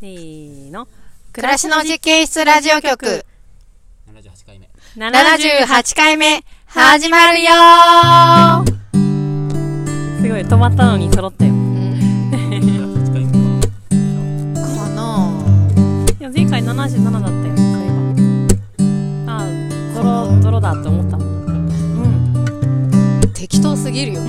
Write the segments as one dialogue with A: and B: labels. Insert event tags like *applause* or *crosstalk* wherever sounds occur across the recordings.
A: せーの。
B: 暮らしの実験室ラジオ局
C: 78回目
B: 78回目始まるよ
A: すごい、止まったのに揃ったよ。
B: ー
C: 78回目か
B: この
A: いや、前回77だったよ、会話。ああ、泥、泥だって思った。うん。
B: 適当すぎるよ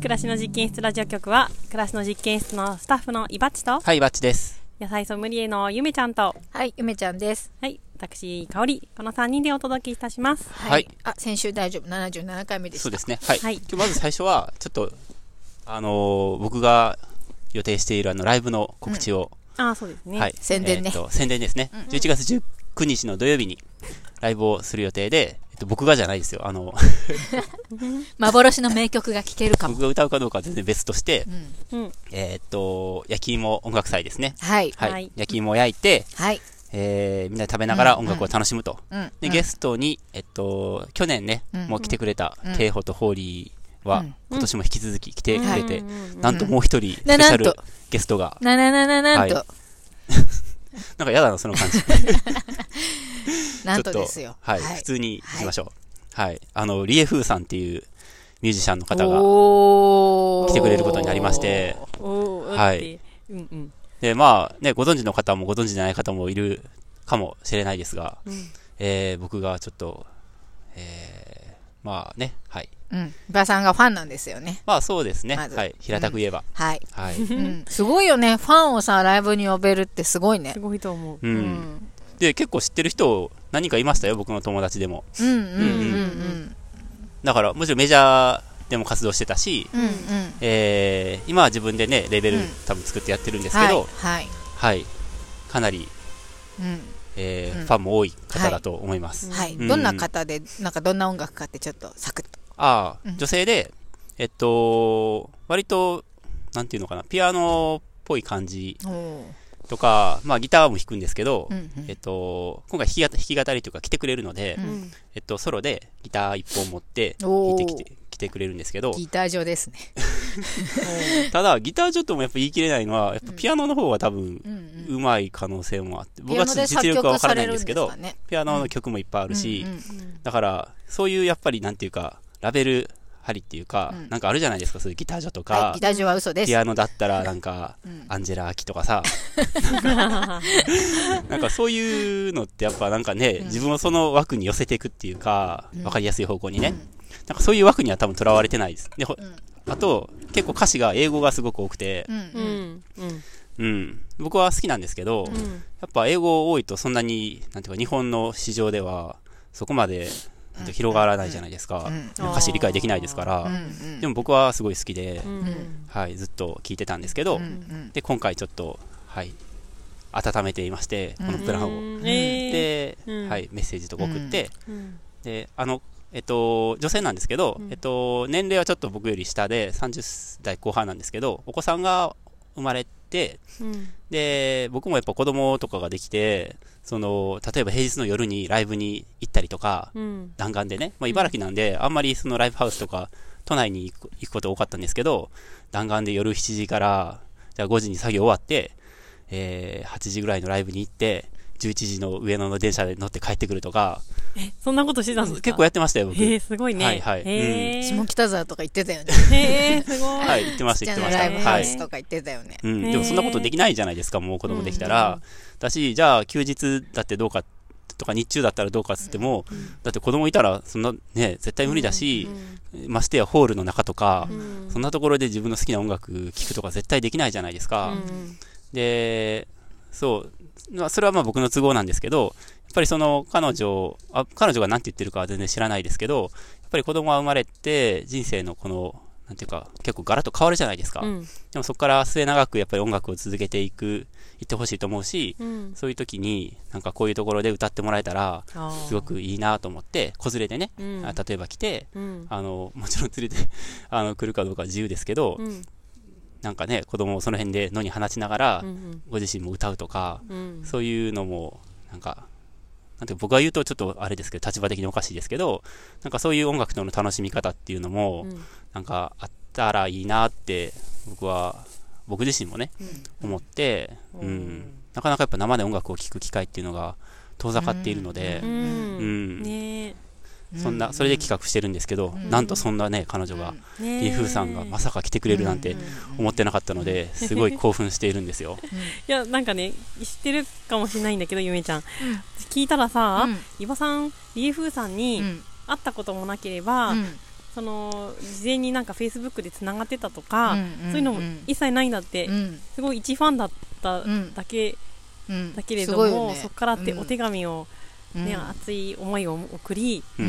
A: 暮らしの実験室ラジオ局は、暮らしの実験室のスタッフのいばっちと、
C: はいバッチです
A: 野菜ソムリエのゆめちゃんと、
B: はいゆめちゃんです
A: はい、私、かおり、この3人でお届けいたします。
B: はいあ先週大丈夫77回目でした
C: そうですねはい、
A: はい
C: 今日まず最初はちょっとあのー僕が予定しているあのライブの告知を、
A: ああ、そうですね。
C: はい、
B: 宣伝ね
C: えーと宣伝ですね、11月19日の土曜日にライブをする予定で、えっと、僕がじゃないですよあの
B: 幻の名曲が聴けるかも
C: 僕が歌うかどうかは全然別として、
B: うん
A: うん。
C: えーっと焼き芋音楽祭ですね
B: はい
C: はい、
A: はい
C: 焼き芋を焼いて、
B: はい
C: えーみんなで食べながら音楽を楽しむと、
B: うん
C: でゲストに、えっと、去年ね、
B: うん
C: もう来てくれた
B: うん
C: 刑法とホーリーは、
B: うん
C: 今年も引き続き来てくれて、
A: うんうんうんうん
C: なんともう一人スペシャルゲストが、
B: なななななんと、
C: はなんかやだな、その感じ。
B: なん
C: ち
B: と
C: ょっと
B: ですよ
C: はい、普通に行きましょう。はい、あの、リエフーさんっていうミュージシャンの方が、
B: が
C: 来てくれることになりまして
A: おー、
C: はい
A: って。うんうん。
C: で、まあね、ご存知の方もご存知じゃない方もいるかもしれないですが、
A: うん
C: えー僕がちょっと、えーまあね、はい。
B: うん馬場さんがファンなんですよね
C: まあそうですね。
B: まず
C: はい。平たく言えば。
B: はい、
C: はい。
B: うん、すごいよねファンをさライブに呼べるってすごいね
A: すごいと思う。
C: うん。で、結構知ってる人、何人かいましたよ、僕の友達でも。
B: うんうんうんうん
C: だから、もちろんメジャーでも活動してたし、
B: うんうん
C: えー、今は自分でね、レベル
B: うん
C: 多分作ってやってるんですけ
B: はい
C: ど、
B: はい
C: はい。かなり、
B: うん
C: えー
B: うん
C: ファンも多い方だと思います。
B: はい
C: うん
B: どんな方でなんかどんな音楽かってちょっとサクッと
C: ああ、
B: うん
C: 女性で、えっと、割と、なんていうのかな、ピアノっぽい感じ
B: お
C: とか、まあギターも弾くんですけど、
B: うんうん
C: えっと、今回弾き語弾き語りというか来てくれるので、
B: う
A: うんん。
C: えっと、ソロでギター一本持って弾
B: お
C: い
B: ー
C: てきて来てくれるんですけど、
B: ギター上ですね
C: ただギターちょっともやっぱ言い切れないのは、やっぱピアノの方は多分
B: う、ん
C: うまい可能性もあって、僕
B: ピア
C: は
B: ノ
C: ちょっ
B: で
C: と実
B: 作
C: 力は
B: 曲
C: わか
B: さ
C: らな
B: れ
C: いん
B: る
C: で
B: ん
C: す
B: で
C: け
B: す
C: ど
B: か、ね
C: ピアノの曲もいっぱいあるし
B: う、んうん
A: うん
C: だから、そういうやっぱりなんていうか、ラベル張りっていうか、
B: うん
C: なんかあるじゃないですか、そういうギタージョと
B: はい
C: か
B: ギ、ター上は嘘です
C: ピアノだったらなんか、
B: うん
C: アンジェラ・アキとかさ、 *laughs* なんかそういうのってやっぱなんかね、自分をその枠に寄せていくっていうか、わかりやすい方向にね、なんかそういう枠には多分とらわれてないです。で、ほ
B: ん
C: あと、結構歌詞が英語がすごく多くて
B: う、ん
A: う
B: うん
A: ん。うん。
C: うん、僕は好きなんですけど、やっぱ英語多いとそんなに、なんていうか日本の市場ではそこまでなんていうか広がらないじゃないですか。
B: うん
C: 歌詞理解できないですか
B: うんう
C: ら、
B: ん
C: でも僕はすごい好きで、
A: うん。
C: はい、ずっと聞いてたんですけど、
B: うんうん
C: で、今回ちょっと、はい、温めていまして、このプランを。
A: うんえ
C: で、
A: うん
C: はい、メッセージとか送って、
A: ーうん
C: で、あの、えっと、女性なんですけど、
A: うん
C: えっと、年齢はちょっと僕より下で、30代後半なんですけど、お子さんが生まれて、
A: うん。
C: で、僕もやっぱ子供とかができて、その、例えば平日の夜にライブに行ったりとか、
A: うん。
C: 弾丸でね、まあ、茨城なんで、あんまりそのライブハウスとか、都内に行く行くこと多かったんですけど、弾丸で夜7時から、じゃあ5時に作業終わって、えー8時ぐらいのライブに行って、11時の上野の電車で乗って帰ってくるとか、
A: そんなことしてたんですか
C: 結構やってましたよ、僕。
A: へえ、すごいね。
C: はいはい
A: へえ。
B: 下北沢とか行ってたよね
A: へえ、すごい。
C: はい、行ってました、
B: じゃ
C: 行っ
B: あね
C: てまし
B: ラ
C: た。
B: イブ
C: は
B: ハウ
C: い
B: ス。とか行ってたよね
C: うん、
A: へー
C: でもそんなことできないじゃないですか、もう子供できたら。だし、じゃあ休日だってどうか、とか日中だったらどうかっつっても、だって子供いたら、そんなね、絶対無理だし、ましてやホールの中とか、
A: うん
C: そんなところで自分の好きな音楽聴くとか絶対できないじゃないですか。
A: うん
C: で、そう、まあ、それはまあ僕の都合なんですけど、やっぱりその彼女、あ彼女が何て言ってるかは全然知らないですけど、やっぱり子供が生まれて人生のこの、なんていうか、結構ガラッと変わるじゃないですか。
A: うん
C: でもそこから末永くやっぱり音楽を続けていく、いってほしいと思うし、
A: うん
C: そういう時になんかこういうところで歌ってもらえたら、
A: あー
C: すごくいいなと思って、子連れでね、
A: うん
C: あ例えば来て、
A: うん
C: あの、もちろん連れて *laughs* あの来るかどうかは自由ですけど、
A: うん
C: なんかね、子供をその辺で野に放ちながら、
A: うん
C: ご自身も歌うとか、
A: うん
C: そういうのも、なんか、なんていうか僕が言うとちょっとあれですけど、立場的におかしいですけど、なんかそういう音楽との楽しみ方っていうのも、
A: うん
C: なんかあったらいいなって、僕は、僕自身もね、思って、う
A: うん
C: ん。なかなかやっぱ生で音楽を聴く機会っていうのが遠ざかっているので
A: う、
C: うんん。
A: ね
C: そんな、それで企画してるんですけど、
B: うん
C: なんとそんなね、彼女が、
A: えねえ
C: リフーさんがまさか来てくれるなんて思ってなかったので、すごい興奮しているんですよ。
A: いやなんかね知ってるかもしれないんだけどゆめちゃん、聞いたらさ、伊庭さんリーフーさんに会ったこともなければ、その事前になんかフェイスブックでつながってたとか、そういうのも一切ないんだって、すごい一ファンだった
B: うん
A: だけ、だけれど
B: すごい
A: も、
B: よね
A: そこからってお手紙を、ね
B: うん
A: 熱い思いを送り、
C: うん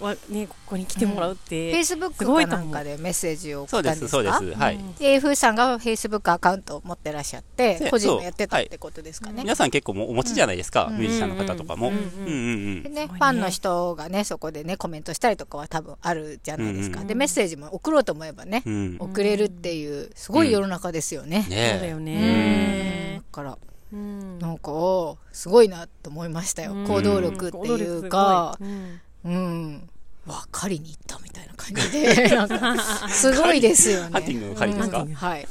B: うん
A: わね、ここに来てもらうっ
B: フェ
A: て
B: イ、スブック
A: すご
B: か
A: いと
B: な
A: 思うん
B: かでメッセージを
C: そ
B: 送
C: う
B: った
C: で、
B: んですすか
C: そうです。はい。
A: うん
B: で、ふーさんがフェイスブックアカウントを持ってらっしゃって
C: そう、
B: 個人でやってたってことですかね。
C: 皆さん結構もうお持ちじゃないですか、
B: うん
C: ミュージシャンの方とかも。う
A: うんん
C: う
A: うんん
C: うん
B: で。ね、
A: す
B: フ
A: ごいね
B: ァンの人がね、そこでね、コメントしたりとかは多分あるじゃないです
C: う
B: か。
A: ん
B: で、メッセージも送ろうと思えばね
C: う、
A: ん
C: ん
B: 送れるっていう、すごい世の中ですよね。
A: そうだ
C: ね
A: よ
B: う
A: ね
B: んだから、
A: うん
B: なんか、おーすごいなと思いましたよ
A: う。ん
B: 行動力っていうか、
A: 行動力すごいうん
B: うん。分かりに行ったみたいな感じで、なんか、 *laughs* すごいですよね。
C: ハンティングの狩りですか
B: うんはい。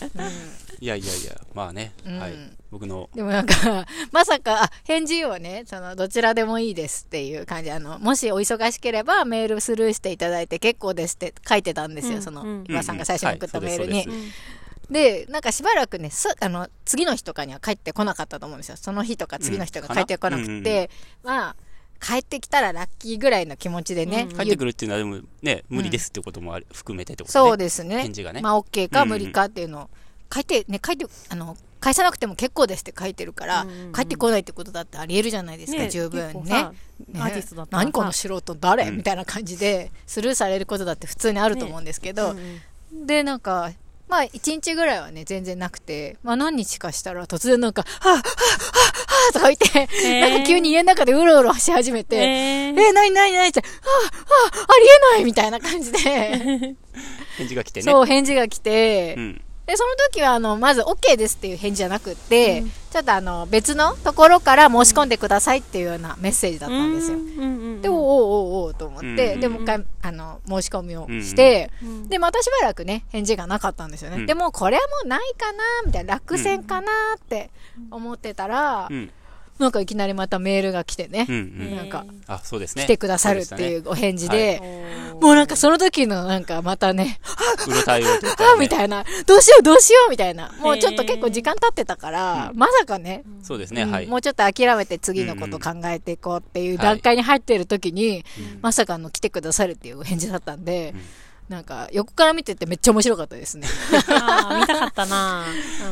C: いやいやいや、まあね、
B: うん
C: はい
B: うん。
C: 僕の、
B: でもなんか、 *laughs* まさか、あ返事はね、その、どちらでもいいですっていう感じ。あの、もしお忙しければメールスルーしていただいて結構ですって書いてたんですよ、
A: うん
B: その、
A: うん
B: 岩さんが最初に送ったメールに。
C: はいそうですそう
A: うん
B: でなんかしばらくねすあの次の日とかには帰ってこなかったと思うんですよその日とか次の日と
C: う
B: か
C: ん
B: 帰ってこなくて、まあ帰ってきたらラッキーぐらいの気持ちでね、
A: うん
C: 帰ってくるっていうのはでもね、無理ですってこともあり含めてってことね。
B: そうですね
C: 返事がね
B: まあ OK
C: う
B: か
C: ん
B: 無理かっていうのを、帰ってね帰ってあの返さなくても結構ですって書いてるから、
A: うんうんうん
B: 帰ってこないってことだってありえるじゃないですか、
A: ね
B: 十分
A: 結構
B: ね
A: さ
B: ね
A: アーティストだったらさ
B: 何この素人誰、
C: うん
B: みたいな感じでスルーされることだって普通にあると思うんですけど、
A: うんうん
B: でなんかまあ1日ぐらいはね全然なくて、まあ、何日かしたら突然なんか「はあはあはあはあ」とか言って、
A: えー
B: なんか急に家の中でうろうろし始めて「え
A: えー
B: ー、なになになに?」って「はあはあありえない」みたいな感じで
C: 返事が来てね。
B: そう返事が来て、
C: うん。
B: でその時はあのまず OK ですっていう返事じゃなくて、
A: うん
B: ちょっとあの別のところから申し込んでくださいっていうようなメッセージだったんですよ。
A: うんうんうん
B: でおおうおうおうと思って、
C: うん
B: でもう一回あの申し込みをして。
A: うん
B: で、またしばらくね、返事がなかったんですよね。
C: うん
B: でも、これはもうないかな、みたいな、落選かなって思ってたら、
C: うん。
B: なんかいきなりまたメールが来てね、
C: うんう
A: ね
C: ん。
B: なんか
C: あ、そうですね。
B: 来てくださるってい
C: そう
B: お返事で、
A: おー
B: もうなんかその時のなんかまたね、
C: うでしたね。うろたえようと
B: あ *laughs* み
C: い
B: たいな、どうしようどうしようみたいな、もうちょっと
A: へー
B: 結構時間経ってたから、
C: うん
B: まさかね、
C: な。そうですね、
B: うん
C: はい。
B: もうちょっと諦めて次のこと考えていこうっていう段階に入ってる時に、
C: うん
B: まさかの来てくださるっていうお返事だったんで、
C: うん
B: なんか横から見ててめっちゃ面白かったですね。
A: あー見たかった
B: *laughs*
A: な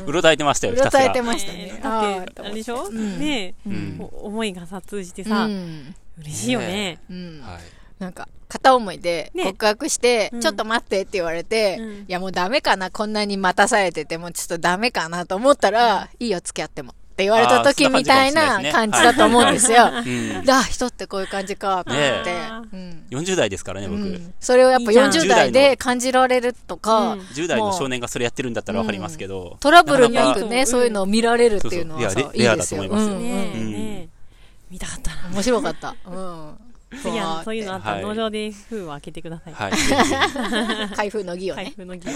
C: うろたえてましたよ、
B: う
C: ひ
B: ろ
C: たす
B: たえ
C: ら
B: て。ました
A: え
B: ね。
A: ーだって
B: あーと
A: あ
B: 思
A: れで
B: て
A: しょ、
B: うん
A: ねえ、
C: うん
A: お思いがさ通じて
B: う
A: さ、
B: ん
A: 嬉しいよね
B: うん
C: はい。
B: なんか片思いで
A: ね
B: 告白して、
A: うん
B: ちょっと待ってって言われて、
A: うん
B: いやもうダメかなこんなに待たされててもうちょっとダメかなと思ったら、いいよ付き合ってもって言われた時
C: あーそん
B: み
C: な
B: た
C: 感
B: い
C: じかも
B: な
C: しれない
B: 感じだと思うん
C: ですね
B: ですよ。
C: うん。
B: だ人ってこういう感じかと思っ
C: ね
B: て、
A: え
B: うん
C: 40代ですからね、僕。
B: うんそれをやっぱ
A: いいじゃん
B: 40代で感じられるとか、
A: うん
C: 10代の少年がそれやってるんだったらわかりますけど。
B: トラブルなく
A: なかな
B: ね
A: か
B: そういうのを見られるっていうのは
C: そうそ
B: さ
C: う
B: い
C: い
B: い
C: やレア
B: で
C: だ
B: す
C: と
B: よ。
C: 思いますよ
B: うん
A: ねえ、
C: うん
A: ねえ見たかったな
B: 面白かった。うん。
A: *laughs* 次はそういうのあった
C: は
A: ら
C: い
A: 農場で封を開けてください、
C: はい。ぜ *laughs* ひぜ
B: *laughs*
C: ひ
B: 開封の儀を
A: 開
B: ね。
A: 封の儀を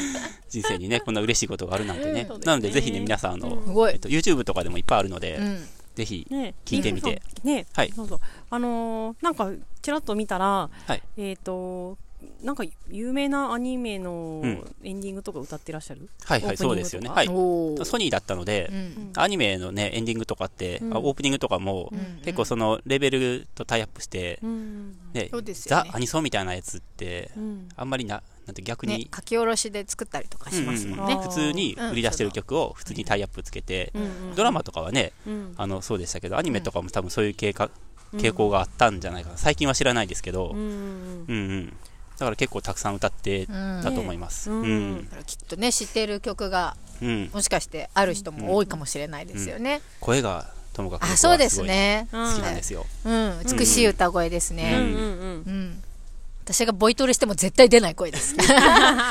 C: 人生にね、こんな嬉しいことがあるなんてね
A: うん。
C: なので、ぜひね、皆さん、あの
A: うん、
B: すご
C: えっ
B: い。
C: と、YouTube とかでもいっぱいあるので
B: う、ん。
C: ぜひ、
A: ねえ
C: 聞いてみて
A: ねえ
C: はい
A: そうそうあのーなんかちらっと見たら、
C: はい
A: えっ、となんか有名なアニメの
C: うん
A: エンディングとか歌ってらっしゃる、
C: はいは
A: オープニング
C: い、そうですよね。
A: とか
C: はい。
B: おー
C: ソニーだったので
B: う、ん。
C: アニメのね、エンディングとかって、
A: うん
C: あオープニングとかも
B: う、ん
C: 結構そのレベルとタイアップして、
A: うん
C: ね
B: そうですよ
C: ザ
B: ね・
C: アニソンみたいなやつって
A: う、ん
C: あんまりな、なんて逆
B: ね
C: に、、
B: 書き下ろしで作ったりとかしますもん
C: うんうん
B: ね
C: 普。通に売り出してる
B: うん
C: 曲を普通にタイアップつけて、
A: うん
C: ドラマとかはね、
A: うん
C: あの、そうでしたけど、アニメとかも多分そういう傾向傾向があったんじゃないかな。最近は知らないですけど
A: うん、うん
C: うんうん。だから結構たくさん歌っ
B: う
C: て
B: ん。
C: た
B: だ
C: と思います。う
A: うん
C: ん。
B: からきっとね、知ってる曲が、
C: うん。
B: もしかしてある人も多いかもしれないですよね。
C: 声がともかく
B: あ、
C: 僕
B: そう
C: は
B: ですす
C: ごい
B: ね。
C: 好きなんですすよ。
B: うん。美しい歌声です
A: うん
B: ね。
A: うんうん
B: うん。私がボイトレしても絶対出ない声です。 *laughs*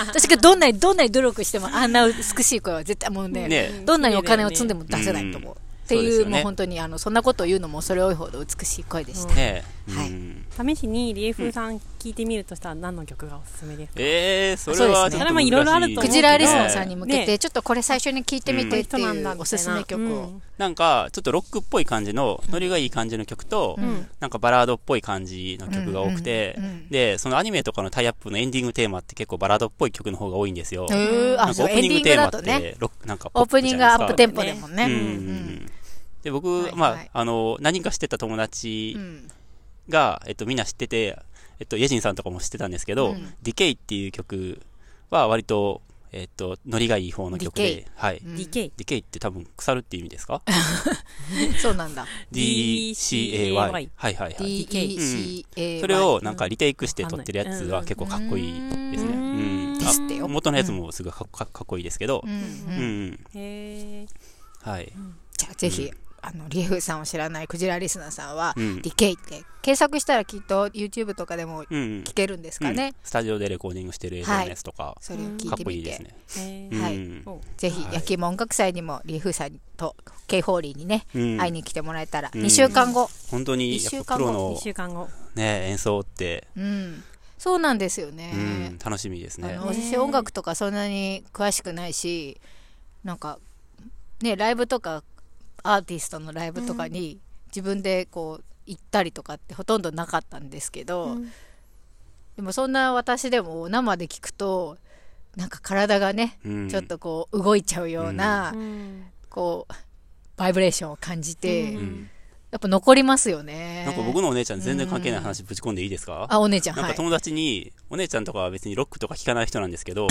B: 私がどんなにどんなに努力してもあんな美しい声は絶対もうね、
C: ね
B: どんなにお金を積んでも出せないと思う。って
C: そうで
B: い
C: す
B: う
C: よね
B: もう本当にあのそんなことを言うのも恐れ多いほど美しい声でした。
C: ねえ
B: はい
C: うん
A: 試しにリエフーさん聞いてみるとしたら何の曲がおすすめですか、
C: えー、それ
B: そう
C: は
B: ですね
C: ちょっと難しい
A: それもいろいろあると思うけど
B: クジラリスナーさんに向けて
A: ね
B: ちょっとこれ最初に聞いてみてって
A: この人なんだ
B: い
A: みたいうな
B: おすすめ曲
A: う
B: を
A: ん
C: なんか、ちょっとロックっぽい感じの、ノリがいい感じの曲と、
A: ん
C: なんかバラードっぽい感じの曲が多くて、
B: うんうんうん
C: で、そのアニメとかのタイアップのエンディングテーマって結構バラードっぽい曲の方が多いんですよ。
B: うー
C: なん
B: あ
C: か
B: そ
C: オ
B: う
C: ー
B: エ
C: プ
B: ン
C: ニ
B: デ
C: ン
B: ィング
C: グテーマ
B: だ
C: っ
B: とね
C: て、ロック、なんかポ
B: オー
C: ッ
B: プ
C: プ
B: ニン
C: じゃ
B: グ
C: ないです
B: ア
C: か。
B: ップテンポでもんね
C: うんうん
B: う
C: うんんで、僕、
B: はい
C: ま
B: はい
C: あ、あの、何人か知ってた友
B: う
C: 達
B: ん
C: が、えっと、みんな知ってて、えっと、イェジンさんとかも知ってたんですけど、
B: うん
C: ディケイっていう曲は割と、えっと、ノリがいい方の曲
B: ディケ
C: で、はい。
B: う
A: DK
B: ん
C: ディケイって多分腐るって意味ですか
B: そうなんだ
C: ?DCAY。
A: DCAY
C: はいはいはい。
B: DECA
C: それをなんかリテイクして撮ってるやつは結構かっこいいですね。
A: うう
C: うん
A: ん
C: ん
B: で
C: あ
B: すってよ
C: 元のやつもすごいかっかかっこいいですけど
B: う、ん
C: う
B: う
C: ん
B: ん
C: うん、
A: へえ
C: はい。
B: じゃあぜひあのリエフさんを知らないクジラリスナーさんは
C: うん
B: DK って検索したらきっと YouTube とかでも
C: うんうん
B: 聞けるんですか
C: うん
B: ね
C: スタジオでレコーディングしてる映像のやつとか、
B: それを聞
C: かっ
B: いて
C: こい
B: み
C: いです
B: て
C: ね。
A: へ
C: う
A: え
C: ん
B: はい
A: お
B: ぜひ
C: はい
B: 焼き芋音楽祭にもリエフさんと K ホーリーにね
C: うん
B: 会いに来てもらえたら
C: うん
B: 2週間後
C: 本当にやっぱプロ
A: 2
C: の
A: 週間後
C: ね演奏って、
B: うんそうなんですよね
C: うん、楽しみです
B: あ
C: ね
B: の。私音楽とかそんなに詳しくないしなんかねライブとかアーティストのライブとかに自分でこう行ったりとかってほとんどなかったんですけど、
A: うん
B: でもそんな私でも生で聞くとなんか体がね、
C: うん
B: ちょっとこう動いちゃうような、
A: うん
B: こうバイブレーションを感じて、
A: う
C: うんん
B: やっぱ残りますよね
C: なんか僕のお姉ちゃん全然関係ない話ぶち込んでいいですか？
B: あお姉ちゃん
C: なん
B: は
C: か
B: い
C: 友達に、お姉ちゃんとかは別にロックとか聴かない人なんですけど、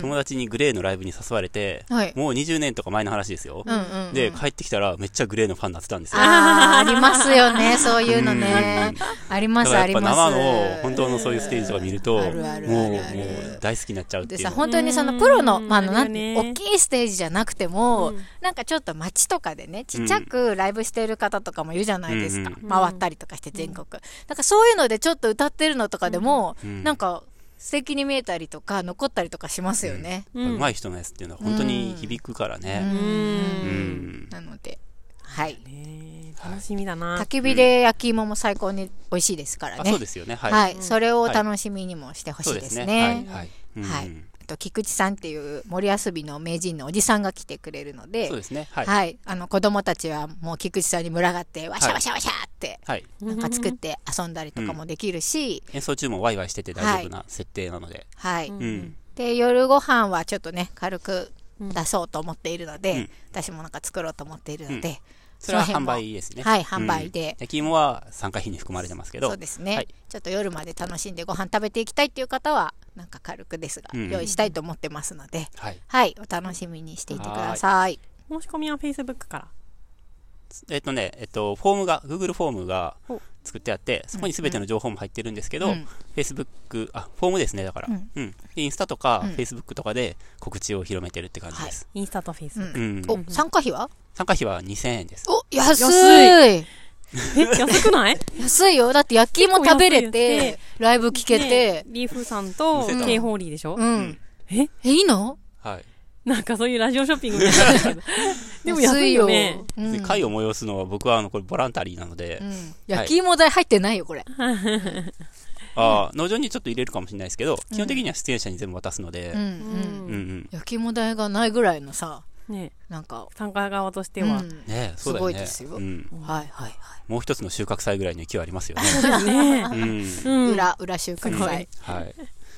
C: 友達にグレーのライブに誘われて、
B: はい
C: もう20年とか前の話ですよ。
B: うんうんうん
C: で、帰ってきたらめっちゃグレーのファンになってたんですよ。
B: あーありますよねそういうのねありま
C: だか
B: すあ
C: らやっ
B: り
C: ぱ
B: ます
C: 生の本当のそういうステージとか見ると、
B: あるあるある
C: もう、もう大好きになっちゃうって
B: で
C: いう
B: さ
C: の。
B: 本当にそのプロの、
A: うん
B: まあ、あの
A: あ
B: なん
A: るよね
B: 大きいステージじゃなくても、
A: うん
B: なんかちょっと街とかでねちっちゃくライブしてる方とかもいるじゃないですか、
C: うん
B: 回ったりとかして全国、なんかそういうのでちょっと歌ってるのとかでも、
C: うん
B: なんか素敵に見えたりとか残ったりとかしますよね、
A: うん
C: 上手い人のやつっていうのは本当に響くから
A: う
C: ね。うんん。
B: なのではい
A: ねえ楽しみだな
B: 焚き火で焼き芋も最高に美味しいですから
C: あ、
B: ね、
C: そうですよね。
B: はい、
C: はい。
B: それをお楽しみにもしてほし
C: そ
B: い
C: うで
B: ですす
C: ね。
B: ね、
C: はい。はい。うん
B: はいあと菊池さんっていう森遊びの名人のおじさんが来てくれるので
C: そうですね。は
B: はいい、。あの子供たちはもう菊池さんに群がってわしゃわしゃわしゃって
C: はい。
B: なんか作って遊んだりとかもできるし、
C: 演奏中もワイワイしてて大丈夫な設定なので。
B: はい、
A: うん
C: うん。
B: で夜ご飯はちょっとね軽く出そうと思っているので、
C: うん
B: 私もなんか作ろうと思っているので、
C: うんそれは
B: の辺
C: 販
B: も
C: 売ですね。
B: はい販売で
C: うん焼き芋は参加費に含まれてますけど。
B: そうですね、
C: はい
B: ちょっと夜まで楽しんでご飯食べていきたいっていう方はなんか軽くですが、
C: うん
B: 用意したいと思ってますので、
C: はい。
B: はいお楽しみにしていてください
A: 申し込みは Facebook から
C: えっとね、えっと、フォームが、Google フォームが
A: お
C: 作ってあって、そこにすべての情報も入ってるんですけど、
B: うん
C: Facebook、あ、フォームですね、だから。
B: う
C: うんん。でインスタとか、
B: うん
C: Facebook とかで告知を広めてるって感じです。
A: インスタと Facebook
C: うん。
B: お参加費は
C: 参加費は2000円です。
B: お安
A: 安
B: い
A: え安くない
B: 安いよだって焼き芋食べれ
A: 結構安い
B: て
A: よ
B: ライブ聴けて、
A: ねリーフさんと
C: 見せた
A: K ホーリーでしょ
B: うん。
A: え
B: え、いいの
C: はい。
A: なんかそういうラジオショッピングみたいなんだけどでも安いよね。
B: 安いよ
C: で会を催すのは僕はあのこれボランタリーなので、
B: うんうん焼き芋代入ってないよ、これ。
C: あー農場にちょっと入れるかもしれないですけど、基本的には出演者に全部渡すので、
B: う
C: うんん、
B: うん
C: うん
B: 焼き芋代がないぐらいのさ、
A: ね
B: なんか、
A: 参加側としては
B: うん
C: ねえそうだ
B: すご
C: よね
B: いですよ
C: うん、
B: はいはい
C: もう一つの収穫祭ぐらいの勢いありますよね、
A: そうだね
C: うん
A: うん
B: はい。裏、裏収
A: す
B: 穫
A: ご
B: 祭
A: い。
C: はい